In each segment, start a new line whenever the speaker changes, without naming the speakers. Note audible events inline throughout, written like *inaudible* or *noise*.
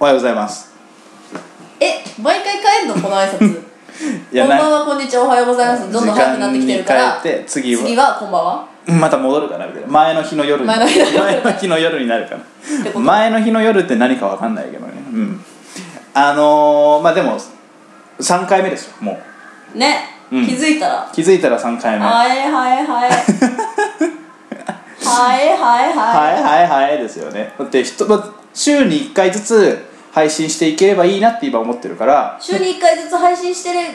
おはようございます
え毎回帰んのこの挨拶
*laughs* いや
こんば
な
んはこんにちはおはようございますどんどん早くなってきてるから
時間に変えて次は
次はこんばんは
また戻るかなみたいな前の日の夜に
前の日の夜
前の日の夜になるか
てこと
な前の日の夜って何かわかんないけどねうんあのー、まあでも3回目ですよも
ね、
うん
気づいたら
う気づいたら3回目は
はいはい
*laughs*
はいはいはい
い
はい
はいはいですよねだって人まあ週に1回ずつ配信していければいいなって今思ってるから
週に1回ずつ配信してれ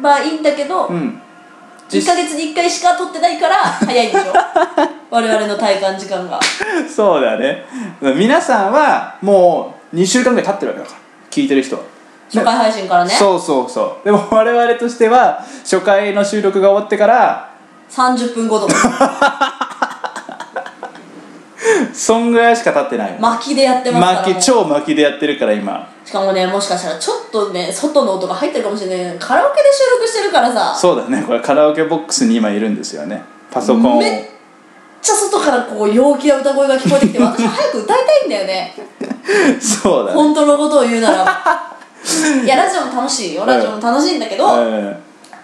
ばいいんだけど、
うん
1ヶ月に1回しか撮ってな
*laughs*
いから早いんでしょ我々の体感時間が
そうだね皆さんはもう2週間ぐらい経ってるわけだから聞いてる人は
初回配信からね
そうそうそうでも我々としては初回の収録が終わってから
30分後とか
そんぐらいしか経ってない
巻きでやってますから
巻
も
き
う
超巻きでやってるから今
しかもねもしかしたらちょっとね外の音が入ってるかもしれないカラオケで収録してるからさ
そうだねこれカラオケボックスに今いるんですよねパソコンを
めっちゃ外からこう陽気な歌声が聞こえてきて私は早く歌いたいんだ
*laughs*
よね
そうだね
本当のことを言うな
*laughs*
らいやラジオも楽しいよラジオも楽しいんだけど、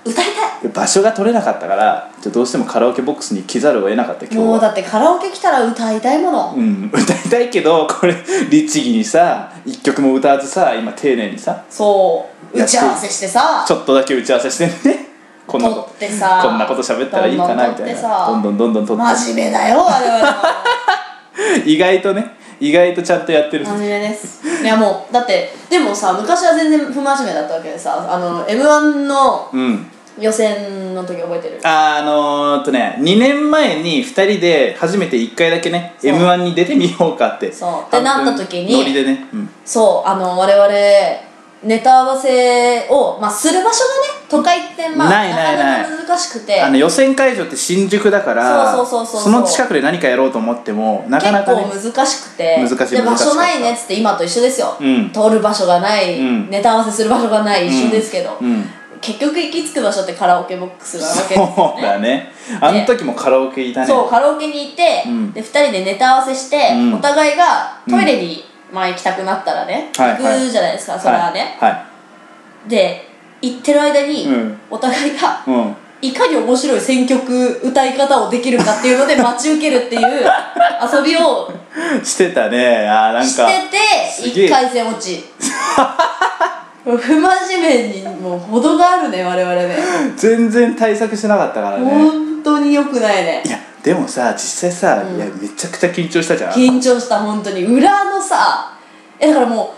歌いた
うん場所が取れなかったからじゃあどうしてもカラオケボックスに来ざるを得なかった今
い
日は
もうだってカラオケ来たら歌いたいもの、
うん、 *laughs* 歌いたいけどこれ律儀にさ一曲も歌わずさ今丁寧にさ
そう打ち合わせしてさ
ちょっとだけ打ち合わせしてねこんな
撮
こ
ってさ
こんなこと喋ったらいいかなみたいなどん
どん
どんどんどん撮っ
真面目だよ我々は
て *laughs* 意外とね意外とちゃんとやってる
真面目ですいやもうだってでもさ昔は全然不真面目だったわけでさあの m 1の
うん
予選の時覚えてる
あーあのー、っとね2年前に2人で初めて1回だけね
そう
m 1に出てみようかって
そう
半分
でなった時に
ノリでね、うん、
そうあの我々ネタ合わせを、まあ、する場所がね都会ってまあ
ないないない
かなか難しくて
あの予選会場って新宿だから
そうそうそうそうそう
その近くで何かやろうと思ってもなかなかね
結構難しくて
難しい難し
で
か
場
った
所ないねっつって今と一緒ですよ、
うん
通る場所がない、
うん
ネタ合わせする場所がない一緒ですけど、
うん
結局行き着く場所ってカラオケボックスなわけですよ
そう
ね
だねあの時もカラオケいたね
そうカラオケに行って、
うん
で2人でネタ合わせして、
うん
お互いがトイレに、まあ、行きたくなったらね、
はいはい
行くじゃないですかそれはね、
はい、は
で行ってる間に、
うん
お互いが
いうん
いかに面白い選曲歌い方をできるかっていうので *laughs* 待ち受けるっていう遊びを
してたねあーなんか
して
す
て
げえ
1回戦落ち不真面目にもう程があるね我々ね
全然対策してなかったからね
本当によくないね
いやでもさ実際さ、
うん
いやめちゃくちゃ緊張したじゃん
緊張した本当に裏のさえだからも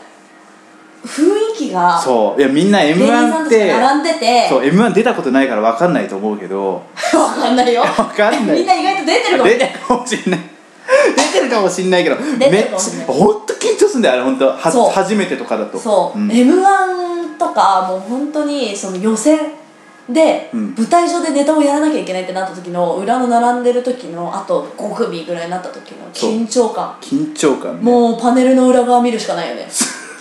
う雰囲気が
そういやみんな
芸
m
人さ
1っ
ん
た
ち
て
が並んでて
そう m 1出たことないから分かんないと思うけど
*laughs* *laughs* わかんないよ
わかんない
みんな意外と出てるかもし
出
れない
てるかもしんない出てるかもしんないけど *laughs*
て
め
る
っ
かもしん
ち
な
ゃ
い
ほんと緊張すんだよあれ本当は
そう
初めてとかだと
そう、
ん
m 1とかもう本当にその予選で
うん
舞台上でネタをやらなきゃいけないってなった時の裏の並んでる時のあと5組ぐらいになった時の
そう
緊張感
緊張感ね
もうパネルの裏側見るしかないよね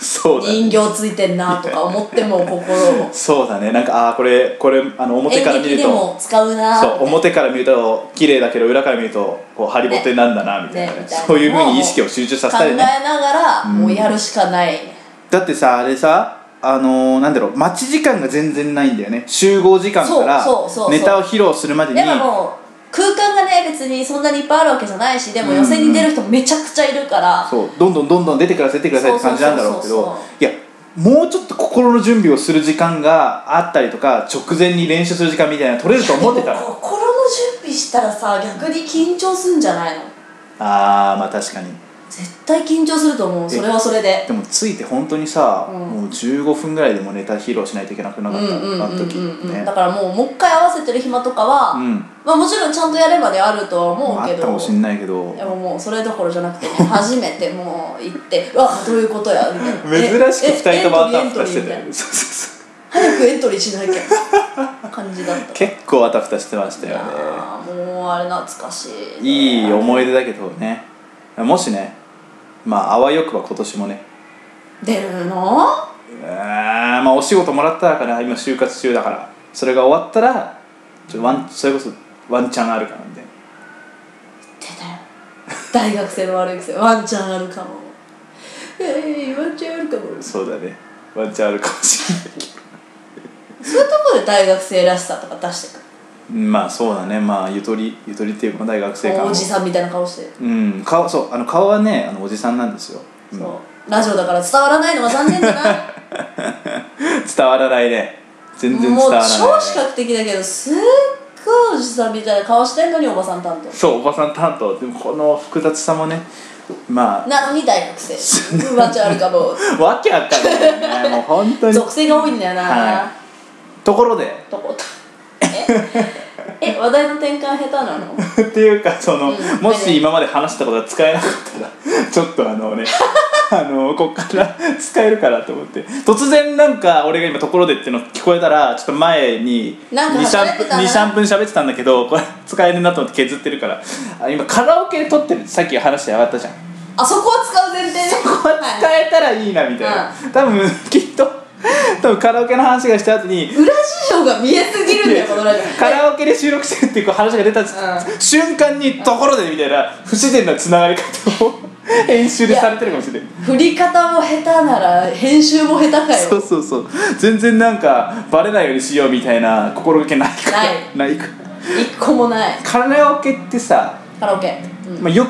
そうだね
人形ついてんなとか思っても心を
*laughs* そうだねなんかああーこれこれあの表から
演
見る
劇で
と
も使うな
そう表から見ると綺麗だけど裏から見るとこうハリボテなんだなみたいなね
ねみたいな
そういうふうに意識を集中させ
考
た
え
り
な
ね
がらもうやるしかない、
だってさあれさあのー、なんだろう待ち時間が全然ないんだよね集合時間から
そうそうそうそう
ネタを披露するまでに
でももう空間がね別にそんなにいっぱいあるわけじゃないしでも
うん
予選に出る人めちゃくちゃいるから、
そうどんどんどんどん出てください出てくださいって感じなんだろうけ
そうそう
ど
そうそ
い
う
やもうちょっと心の準備をする時間があったりとか直前に練習する時間みたいなの取れると思ってた
*laughs* でも
の
心の準備したらさ逆に緊張すんじゃないの
あーまあ確かに
絶対緊張すると思うそれはそれで
でもついて本当にさ、
うん
もう15分ぐらいでもネタ披露しないといけなくな
うん
か
う
った、
んうん
あ
う
の
ん
時
うん、
ね
だからもうもう一回合わせてる暇とかは、
うん
まあ、もちろんちゃんとやればであるとは
まあ
思う
あ
け
っ
ど、
たかもしんないけど
でももうそれどころじゃなくて、ね、 *laughs* 初めてもう行ってうわどういうことやみたいな
珍しく2人ともあったふたして
て
たよねそうそうそう
早くエントリーしなきゃ感じ
*laughs*
だった
結構あたふたしてましたよね
あーもうあれ懐かしい
いい思い出だけどねもしねまああわよくば今年もね
出るの
うーんまあお仕事もらったから今就活中だからそれが終わったらちょっとワンそれこそワンチャンあるかなみたいな
出たよ大学生の悪い癖ワンチャンあるかもええワンチャンあるかも
そうだねワンチャンあるかもしれない
そういうところで大学生らしさとか出してく
*laughs* まあそうだねまあゆとりゆとりっていうか大学生
る
感
おじさんみたいな顔して
うん顔そうあの顔はねあのおじさんなんですよ、うん
そうラジオだから伝わらないのは残念だな
伝わらないね全然伝
もう
わらない
超視覚的だけどすっごいおじさんみたいな顔してんのにおばさん担
そうおばさん担当でもこの複雑さもねま
当なのに大学生ワンチャンあるか
*laughs*
も
あわけわかんない
*laughs*
よねもう本当に
属性が多いんだよな、
はところで
とことええ *laughs* 話題の転換下手なの
っていうかその、
うん
もし今まで話したことが使えなかったらちょっとあのね *laughs* あのこっから使えるかなと思って突然なんか俺が今「ところで」っていうの聞こえたらちょっと前に
なんか喋ってたな
23分喋ってたんだけどこれ使えるなと思って削ってるからあ今カラオケで撮ってるさっき話して上がったじゃん
あそこは使う前提ね
そこは使えたらいいなみたいな、多分きっと多分カラオケの話がした後に
裏事情が見えすぎるんだよこのラジオ
カラオケで収録してるっていう話が出た、瞬間に「ところで」みたいな不自然なつながり方を *laughs* 編集でされてるかもしれない
振り方も下手なら編集も下手か
そう
よ
そうそう全然なんかバレないようにしようみたいな心がけないからないか
一個もない
カラオケってさ、
カラオケ、うん
まあ、よ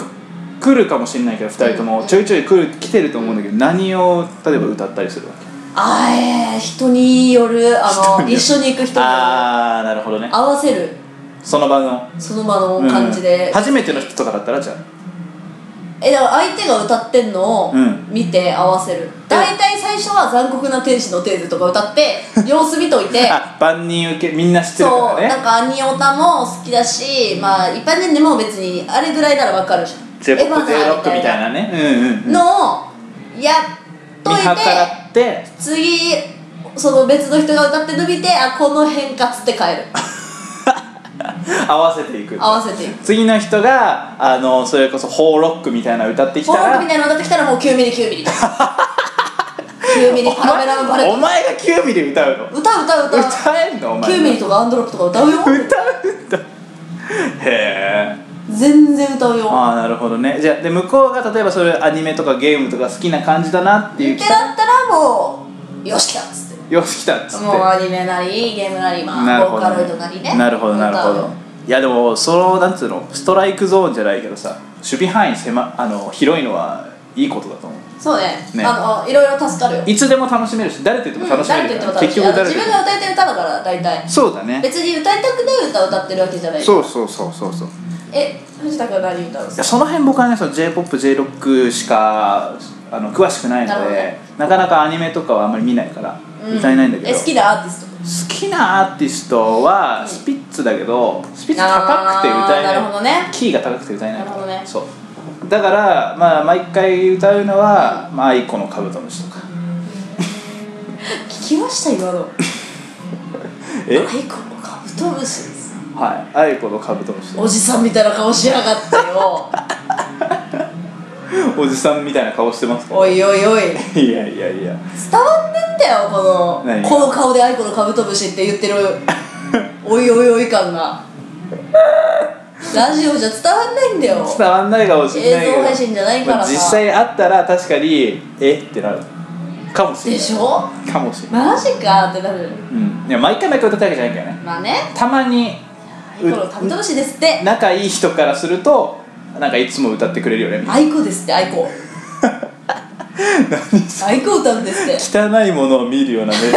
く来るかもしれないけど2人ともちょいちょい来る来てると思うんだけど何を例えば歌ったりするわけ
あーえー、人によるあ
人
の
による
一緒に行く人による合
ああなるほどね
わせる
その場の
その場の感じで、
うん初めての人とかだったらじゃあ
えだから相手が歌ってんのを
うん
見て合わせる、大体最初は「残酷な天使のテーゼ」とか歌って様子見とい
*laughs*
て
あ万人受けみんな知ってるか
そう、
ら
なん
ね
かアニオタも好きだしまあ一般人でも別にあれぐらいならわかるじゃん
j p o
エヴァ
p
だ
j ロックみたいなねうんうんうん
のをやっと
見
い
計
て
らって
次その別の人が歌ってるの見てあこの変化つって帰
*laughs*
る
合わせていく
合わせていく
次の人があのそれこそホーロックみたいなの歌ってき
ホ
た
ーロッ
ら
クみたいなの歌ってきたらもう9ミリ9ミリ
*laughs*
9ミリパラメラのバレ
お前が9ミリ歌うの
歌う歌う歌う
歌えんのお前
9ミリとかアンドロップとか歌うよ
歌うんだへえ
全然歌うよ
ああなるほどねじゃあで向こうが例えばそういうアニメとかゲームとか好きな感じだなっていう
受けだったらもうよし来たっつっ
よし来たっつって
てもうアニメなりゲームなりま
な
あ
る
ボ
ほ
ーカ
ど
ロイドなりね
なるほどなるほ
歌う
ど
よ
いやでもそのなんつうのストライクゾーンじゃないけどさ守備範囲狭あの広いのはいいことだと思う
そうね
ね
あのいろいろ助かるよ
いつでも楽しめるし誰と言っても楽しめ
誰
る
と言って
か
も
ら
楽
結
しい
局
あの
誰と
自
言っても
分が歌えてる歌だから大体
そうだね
別に歌いたくない歌を歌ってるわけじゃない
そうそうそうそうそうい
え藤田君は何歌うんです
や
か
その辺僕はねその j p o p j ロックしかあの詳しくない
なる
の
ほ
で
ど
な,、
ね
かなかアニメとかはあんまり見ないから、
う
歌えないんだけど
え好きなアーティスト
好きなアーティストはスピッツだけどスピッツ高くて歌えない
あーなるほどね
キーが高くて歌えないから
なるほどね
そうだから、まあ、毎回歌うのは「まあ、愛子のカブトムシ」とか
聞きました今の
え
アイコンのカブトムシです
はい愛子のカブトムシ
おじさんみたいな顔しやがって
*laughs*
よ
おじさんみたいな顔してますか
おいおいおい
いやいやいや
伝わってんだよこ
何が
のこの顔でアイコのカブトムシって
*laughs*
言ってるおいおいおい感がラジオじゃ伝わんないんだよ
伝わんないかもしれないけど
映像配信じゃないからさ
まあ実際会ったら確かにえってなるかもしれない
でしょ
かもしれない、
マジかってなる
うん、いや毎回毎回歌ったわけじゃないけどね
まあね
たまに
アイコのカブトムシですって
仲いい人からするとなんかいつも歌ってくれるよねみ
アイコですってアイコアイコ歌うんですって
たいな汚いものを見るような目 *laughs* で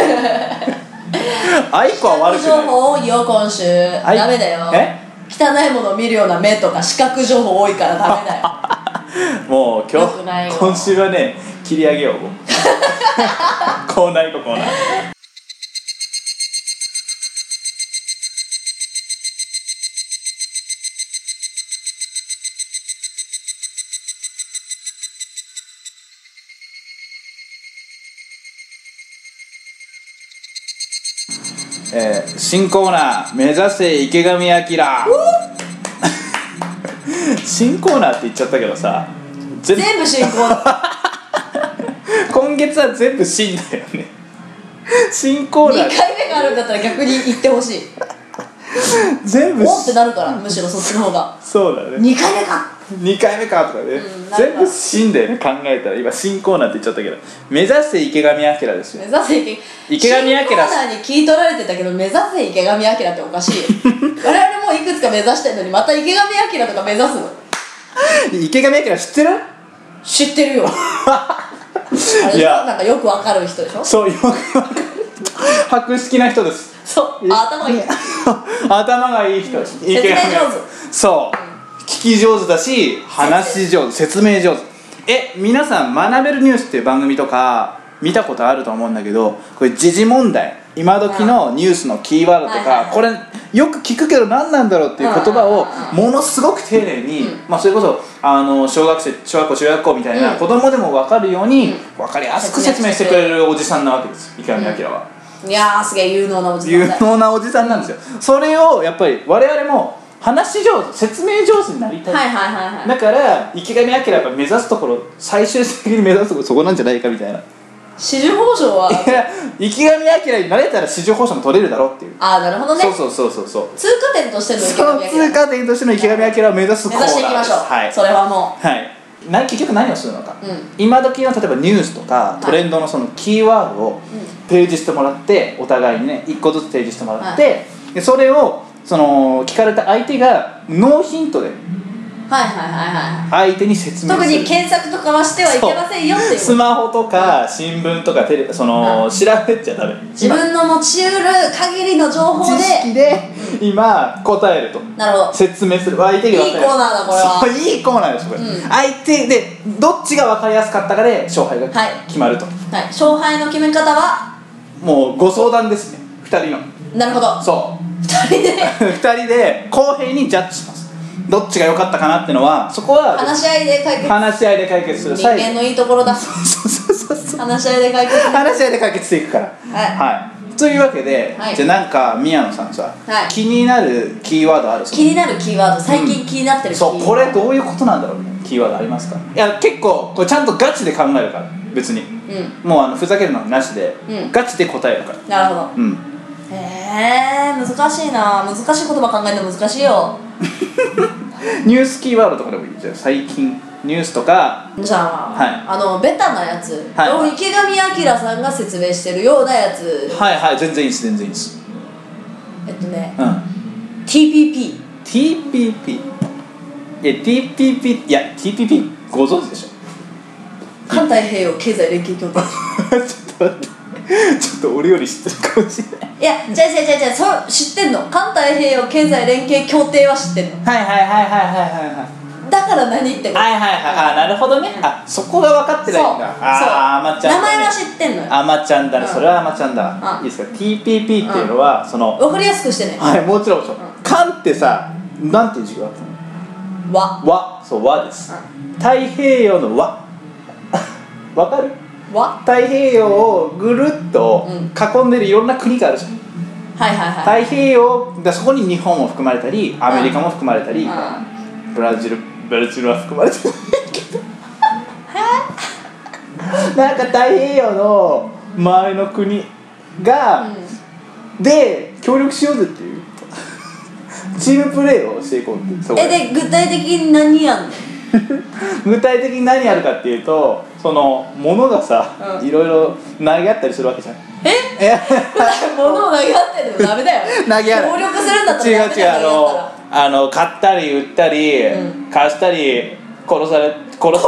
アイコは悪く
情
ない
報多いよ今週
アイ
ダメだよ
え
汚いものを見るような目とか視覚情報多いからダメだよ
もう今
よくないよ
日今週はね切り上げようもうコーナー行こうコーナー *laughs* えー新コーナー「目指せ池上 *laughs* 彰」新コーナーって言っちゃったけどさ全部
全部進行
今月は全部新だよね新コ
2
ーナー
回目があるんだったら逆に行ってほしい
全部
おってなるからむしろそっちの方が
そうだね
2回目か
2回目かとかね、
うんなんか
全部死んだよね考えたら今新コーナーって言っちゃったけど目指せ池上彰ですよ
目指せ池
池上彰
新コーナーに聞い取られてたけど目指せ池上彰っておかしい
*laughs*
よ我々もういくつか目指してるのにまた池上彰とか目指すの
*laughs* 池上彰知ってる
知ってるよあれで
い
しょ
や
なんかよくわかる人でしょ
そうよくわかる博識な人です
そうあ頭がいい
頭がいい人説
明上手
そう、聞き上手だし話し上手説明上手え皆さん「学べるニュース」っていう番組とか見たことあると思うんだけどこれ時事問題今時のニュースのキーワードとか、
はいはい
これよく聞くけど何なんだろうっていう言葉をものすごく丁寧に、まあ、それこそあの小学生小学校中学校みたいな、
うん
子供でも分かるように、分かりやすく説明してくれるおじさんなわけです池上彰は。
いやーすげえ有能なおじさ
有
んだ
能なおじさんなんですよそれをやっぱり我々も話し上手説明上手になりたい、
はいはいはい
*laughs*
はい
だから池上彰やっぱ目指すところ最終的に目指すところそこなんじゃないかみたいな
紫綬褒章は
池上彰になれたら市場報酬も取れるだろうっていう、
ああなるほどね
そうそうそうそうそう
通過点としての池
そ
上
の
彰
通過点としての池上彰を目指すコ
目
ーナーで
指し
す
ていきましょう、
はい
それはも
はい、な結局何をするのか、
うん
今時の例えばニュースとか
い
トレンドのそのキーワードを提示してもらってお互いにね1個ずつ提示してもらって、
は
でそれをその聞かれた相手がノーヒントで
うはいはいはいは
相手に説
い
明
特
する
に検索とかはしてはいけませんよっていう
スマホとか新聞とかテレその、
うん
調べちゃダメ
自分の持ち得る限りの情報
今知識
で
で今答えると
なるほど
説明する相手が分かりやす
いいコーナーだこれは
そういいコーナーですこれ、
うん
相手でどっちが分かりやすかったかで勝敗が
はい
決まると、
はい勝敗の決め方は
もうご相談ですね2人の
なるほど
そう *laughs*
二人で
2人で公平にジャッジしますどっちが良かったかなってのはそこは
話し合いで解決
話し合いで解決する
人間
際
のいいところだ
そうそうそうそう
話し合いで解決
話し合いで解決していくから
はい
いというわけで、
はい
じゃあなんか宮野さんさ、
はい
気になるキーワードある
気になるキーワード最近気になってるキーワー
そ
ド、
うこれどういうことなんだろうねキーワードありますかいや結構これちゃんとガチで考えるから別に
うん
もうあのふざけるのなしで、
うん
ガチで答えるから
なるほど
うん
えー、難しいな難しい言葉考えるの難しいよ
ニュースキーワードとかでもいいじゃん最近ニュースとか
じゃあ、
はい
あのベタなやつ、
はい
池上彰さんが説明してるようなやつ、
はいはい全然いいです全然いいです
えっとね
うん
TPP
TPP いや TPP いや TPP ご存知でしょ *laughs*
環太平洋経済連携協定
ちょっと待ってちょっと俺より知ってるかもしれない
いや違う違う違う違うそう知ってんの環太平洋経済連携協定は知ってんの
はいはいはいはいはいはいはい
だから何ってこと
はいはいはいあなるほどねあそこが分かってないんだ
そう
あ
そう
あまちゃん
名前は
だ
知
ね
ってんの
*laughs*
よ
あまちゃんだね
うん
それはあまちゃんだ
うん
いいですか TPP っていうのはその
わかりやすくしてね
はいもちろんもちろん「かん」ってさなんていう字があったの
わ
和そう和です太平洋の和 *laughs* わかる
わ
太平洋をぐるっと囲んでるいろんな国があるじゃん、
はいはいはい
太平洋だそこに日本も含まれたりアメリカも含まれたり、
うん
ブラジルブラジルは含まれてないけど *laughs* なんか太平洋の周りの国が、で協力しようぜっていうチームプレーをしていこうっていうそこで
えで具体的に何やんの
具体的に何やるかっていうとその物がさ、
うん
いろいろ投げ合ったりするわけじゃん
え
え
物を投げ合ってでもダメだよ
*laughs* 投げ合う
協力するんだったら
違う
ダ
違う
メだ
あ
よだったら
のあの買ったり売ったり、
う
貸したり殺され殺
で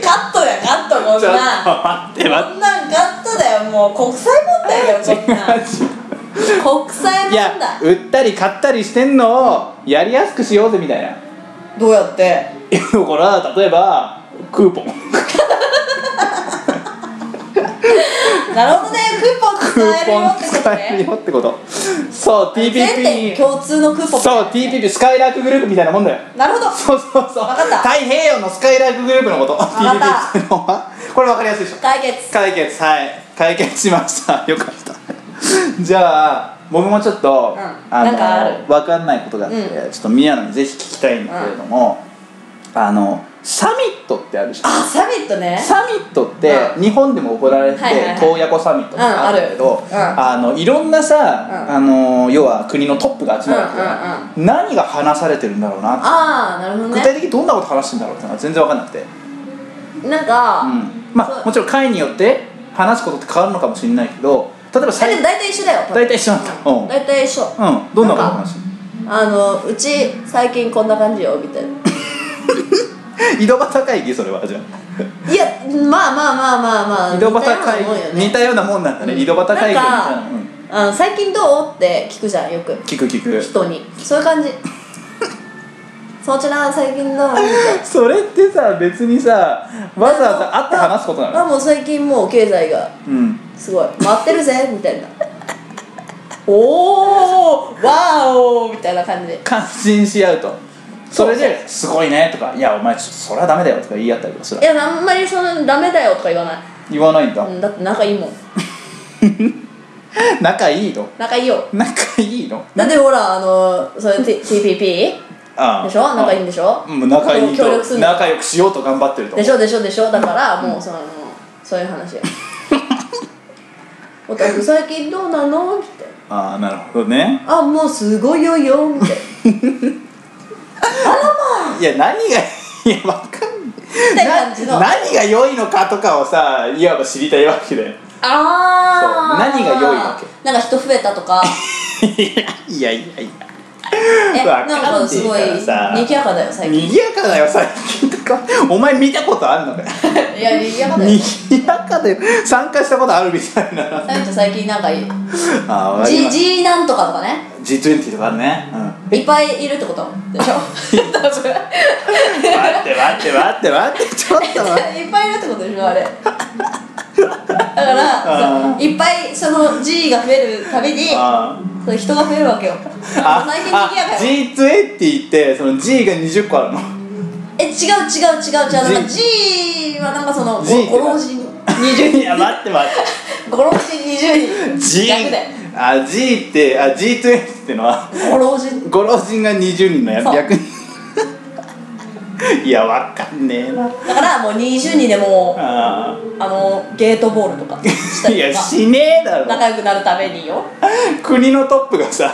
カットやカットこん
ちょっ
なん
と *laughs* 待って待
こんなんカットだよもう国際問題だよこんなん
って違う違う
国 *laughs* 際
いや
問題
売ったり買ったりしてんのをやりやすくしようぜみたいな
どうやって
いやこれは例えばクーポン
なるほどねクーポン
ク
使
ー
える
ポ
よ
ン
ってこと
使える
ね
よってことそう
全店
TPP
共通のクーポン
そう TPP スカイラークグループみたいなもんだよ
なるほど
そうそうそう
わかった
太平洋のスカイラークグループのこと
かった
TPP ってのはこれ分かりやすいでしょ
解決
解決はい解決しました *laughs* よかった *laughs* じゃあ僕もちょっと、
うん
あ
なんかある
の分かんないことがあって、
う
ちょっと宮野にぜひ聞きたいんだけれども、あのサミットってあるじゃん
あサミットね
サミットって
う
日本でも行われて
はいはいはい
洞爺湖サミットとかあるけど、
うんあるうん
あのいろんなさ、
うん
あの要は国のトップが集まるから、
うん
何が話されてるんだろうなって
ああなるほど
具体
ね
的にどんなこと話してんだろうってのが全然分かんなくて、
なんか、
うんま
そ
あ
う
もちろん会によって話すことって変わるのかもしれないけど例えば
あで
最
も大体一緒だよ
大体一緒なんだ
う
うん
ん大体一緒
うんどんなこと話して
あのうち最近こんな感じよみたいな
る井戸端会議それはじゃ
いやまあまあまあまあま
あ
あ
井戸端会議
似たような
似たようなも
もんよね
んなんだね、井戸端会議みたい
な
なん
か、
うん
あの最近どうって聞くじゃんよく
聞く聞く
人にそういう感じそちら最近どうみたいな
*laughs* それってさ別にさわざわざ会って話すことなの
あもう最近もう経済が
うん
すごい回ってるぜみたいなおおわおみたいな感じで
感心し合うとそれ
そう
で「すごいね」とか「いやお前ちょっとそれはダメだよ」とか言い合ったりとかする
いやあんまりそのダメだよとか言わない、
言わないんだ
うん、だって仲いいもん
仲いいの
仲いいよ
仲いいの
だってほらあのそれ T- TPP
ああ
でしょ仲いいんでしょ
もう仲いい
協力す
と
るの
仲良くしようと頑張ってると
でしょでしょでしょだからもうその、そういう話よ *laughs* おたく最近どうなのみたい
ああなるほどね
なあもうすごいよよみたいない
や何が *laughs* いやわかん
み
*laughs* な
た
い
いな感じの
な何が良いのかとかをさいわば知りたいわけで *laughs*
あ
そ
あ
う何が良いわけ
なんか人増えたと
*laughs*
か
いやいやい
え
わか
なんん
ねえ
かすごい
からさ
賑やかだよ
や
最近
賑やかだよ最近とかお前見たことあん
*laughs*
のかよ
いや賑やかだよ
賑やかで参加したことあるみたいな
最近最近なんかいい
あわかり
G,
まし
G なんとかとかね
た G20 とかね、うん、
いっぱいいるってこと
*laughs*
でしょ多分
待って待って待って待
*laughs*
ってちょっと待って
いっぱいいるってことでしょあれだから
あ
そういっぱいその G が増えるたびに
あー
そう人が増えるわけよ
あ
最近
あ
賑やかよ
G20 ってその G が20個あるの
え違う違う違う違うなんか
G
G はなんかその
G って
ご老人20
い
人
や待って待っ
ご老人20人
て G
逆で
あ G ってあ G20 ってのは
ご老人
ご老人が20人のや
そう
逆に *laughs* いやわかんねえな
だからもう20人でも
あ
うあのゲートボールとかした
ーい
り
や
とか
しねえだろ
仲良くなるためによ
国のトップがさ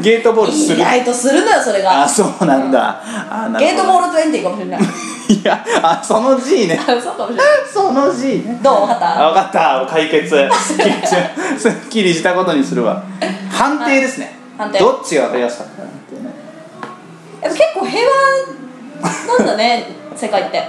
ゲートボールす
意
る
外とするのよそれ
あ
が
そうなんだ、あなる
ゲー
ほど
トボール20かもしれない *laughs*
いやあその G ね
そうかもしれない
その G ね
どう分かった
あ分かった解決 *laughs* すっきりしすっきりしたことにするわ判定ですね、
はい判定
どっちが分かりやすかったかなっていうね
やっぱ結構平和なん
*laughs*
だね世界って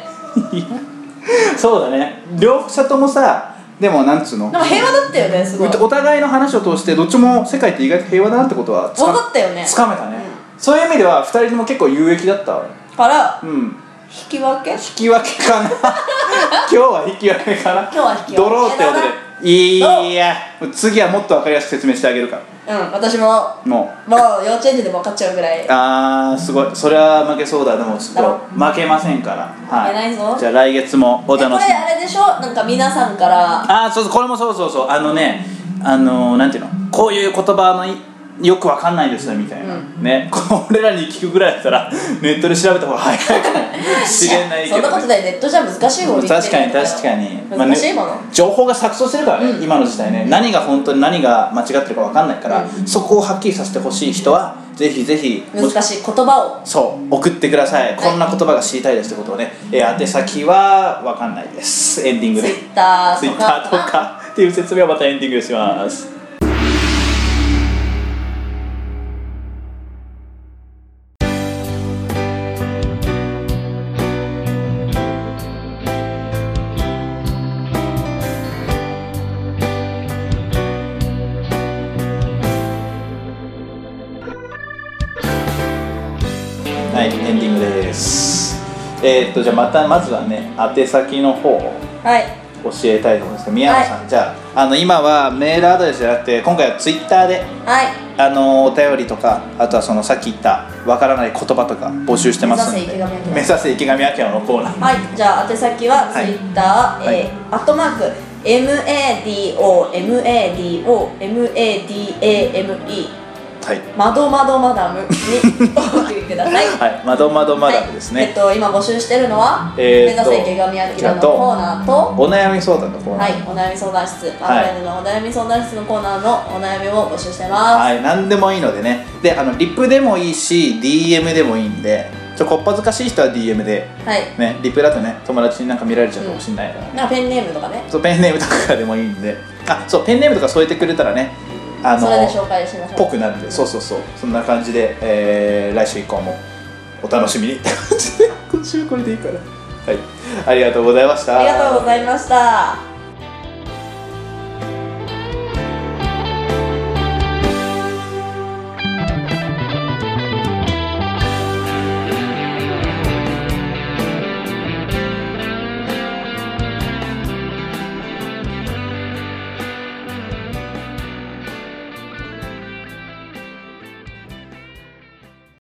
そうだね両者ともさでもなんつうの
なんか平和だったよねすごい分
お互いの話を通してどっちも世界って意外と平和だなってことはつか
かったよね
つかめたね、そういう意味では2人とも結構有益だったわ
から
うん
引き分け
引き分け
*laughs*
かな今日は引き分けかな今
日は引き分けだ
ド
な
ローってことでいいや次はもっと分かりやすく説明してあげるから
うん私も
もう
もう幼稚園児でも分かっちゃうぐらい
あーすごいそれは負けそうだでもちょっ
だ
と
ろ
負けませんからは
負けないぞ
じゃあ来月もお
えこれ
楽しみ
あれでしょなんか皆さんから
ああそうそうこれもそうそうそうあのねあのー、なんていうのこういう言葉のいよくわかんないですみたいな、ね *laughs* これらに聞くぐらいだったらネットで調べた方が早いか
*laughs*
もしれないけど、
そん
ね、
なことないネットじゃ難しいもの見つ
確
け
か
る
に
とよ
確かに、まあ
難しいもの、
ね情報が錯綜してるからね、
うん
今の時代ね何が本当に何が間違ってるかわかんないから、
う
そこをはっきりさせてほしい人はぜひぜひもし
難しい言葉を
そう送ってください、こんな言葉が知りたいですってことをね、えー宛先は分かんないですエンディングで
Twitter
ツイッ
と
ター
か
とかっていう説明はまたエンディングでします、はいエンディングですえー、っとじゃあまたまずはね宛先の方を
はい
教えたいと思うんですけど宮野さん、じゃああの今はメールアドレスじゃなくて今回はツイッターで
はい
あのお便りとかあとはそのさっき言ったわからない言葉とか募集してますので
目
目
指せ池上彰
指せ池上彰のコーナー
はいじゃあ宛先は
はい
Twitter、
い
えーアットマーク MADOMADOMADAME
はい
窓窓マダムにお送りください
はいまどま *laughs* どマダムです
はいえっ
ね、
と今募集してるのは、
えー
目
っと
指せ池上彰のコーナーと
お悩み相談のコーナ
はい
ー、
お悩み相談室マ
は
ダ
い
ムのお悩み相談室のコーナーのお悩みを募集してます
はい、何でもいいのでねであのリプでもいいし DM でもいいんでちょこっぱずかしい人は DM で
はい、
ねリプだとね友達になんか見られちゃうかもしれないからね、
なんかペンネームとかね
そうペンネームとかでもいいんであそうペンネームとか添えてくれたらねあ
そ
の
れで紹介しましょう
ぽくなるんでそうそうそうそんな感じで、えー来週以降もお楽しみにって感じで今週はこれでいいからはいありがとうございました
ありがとうございました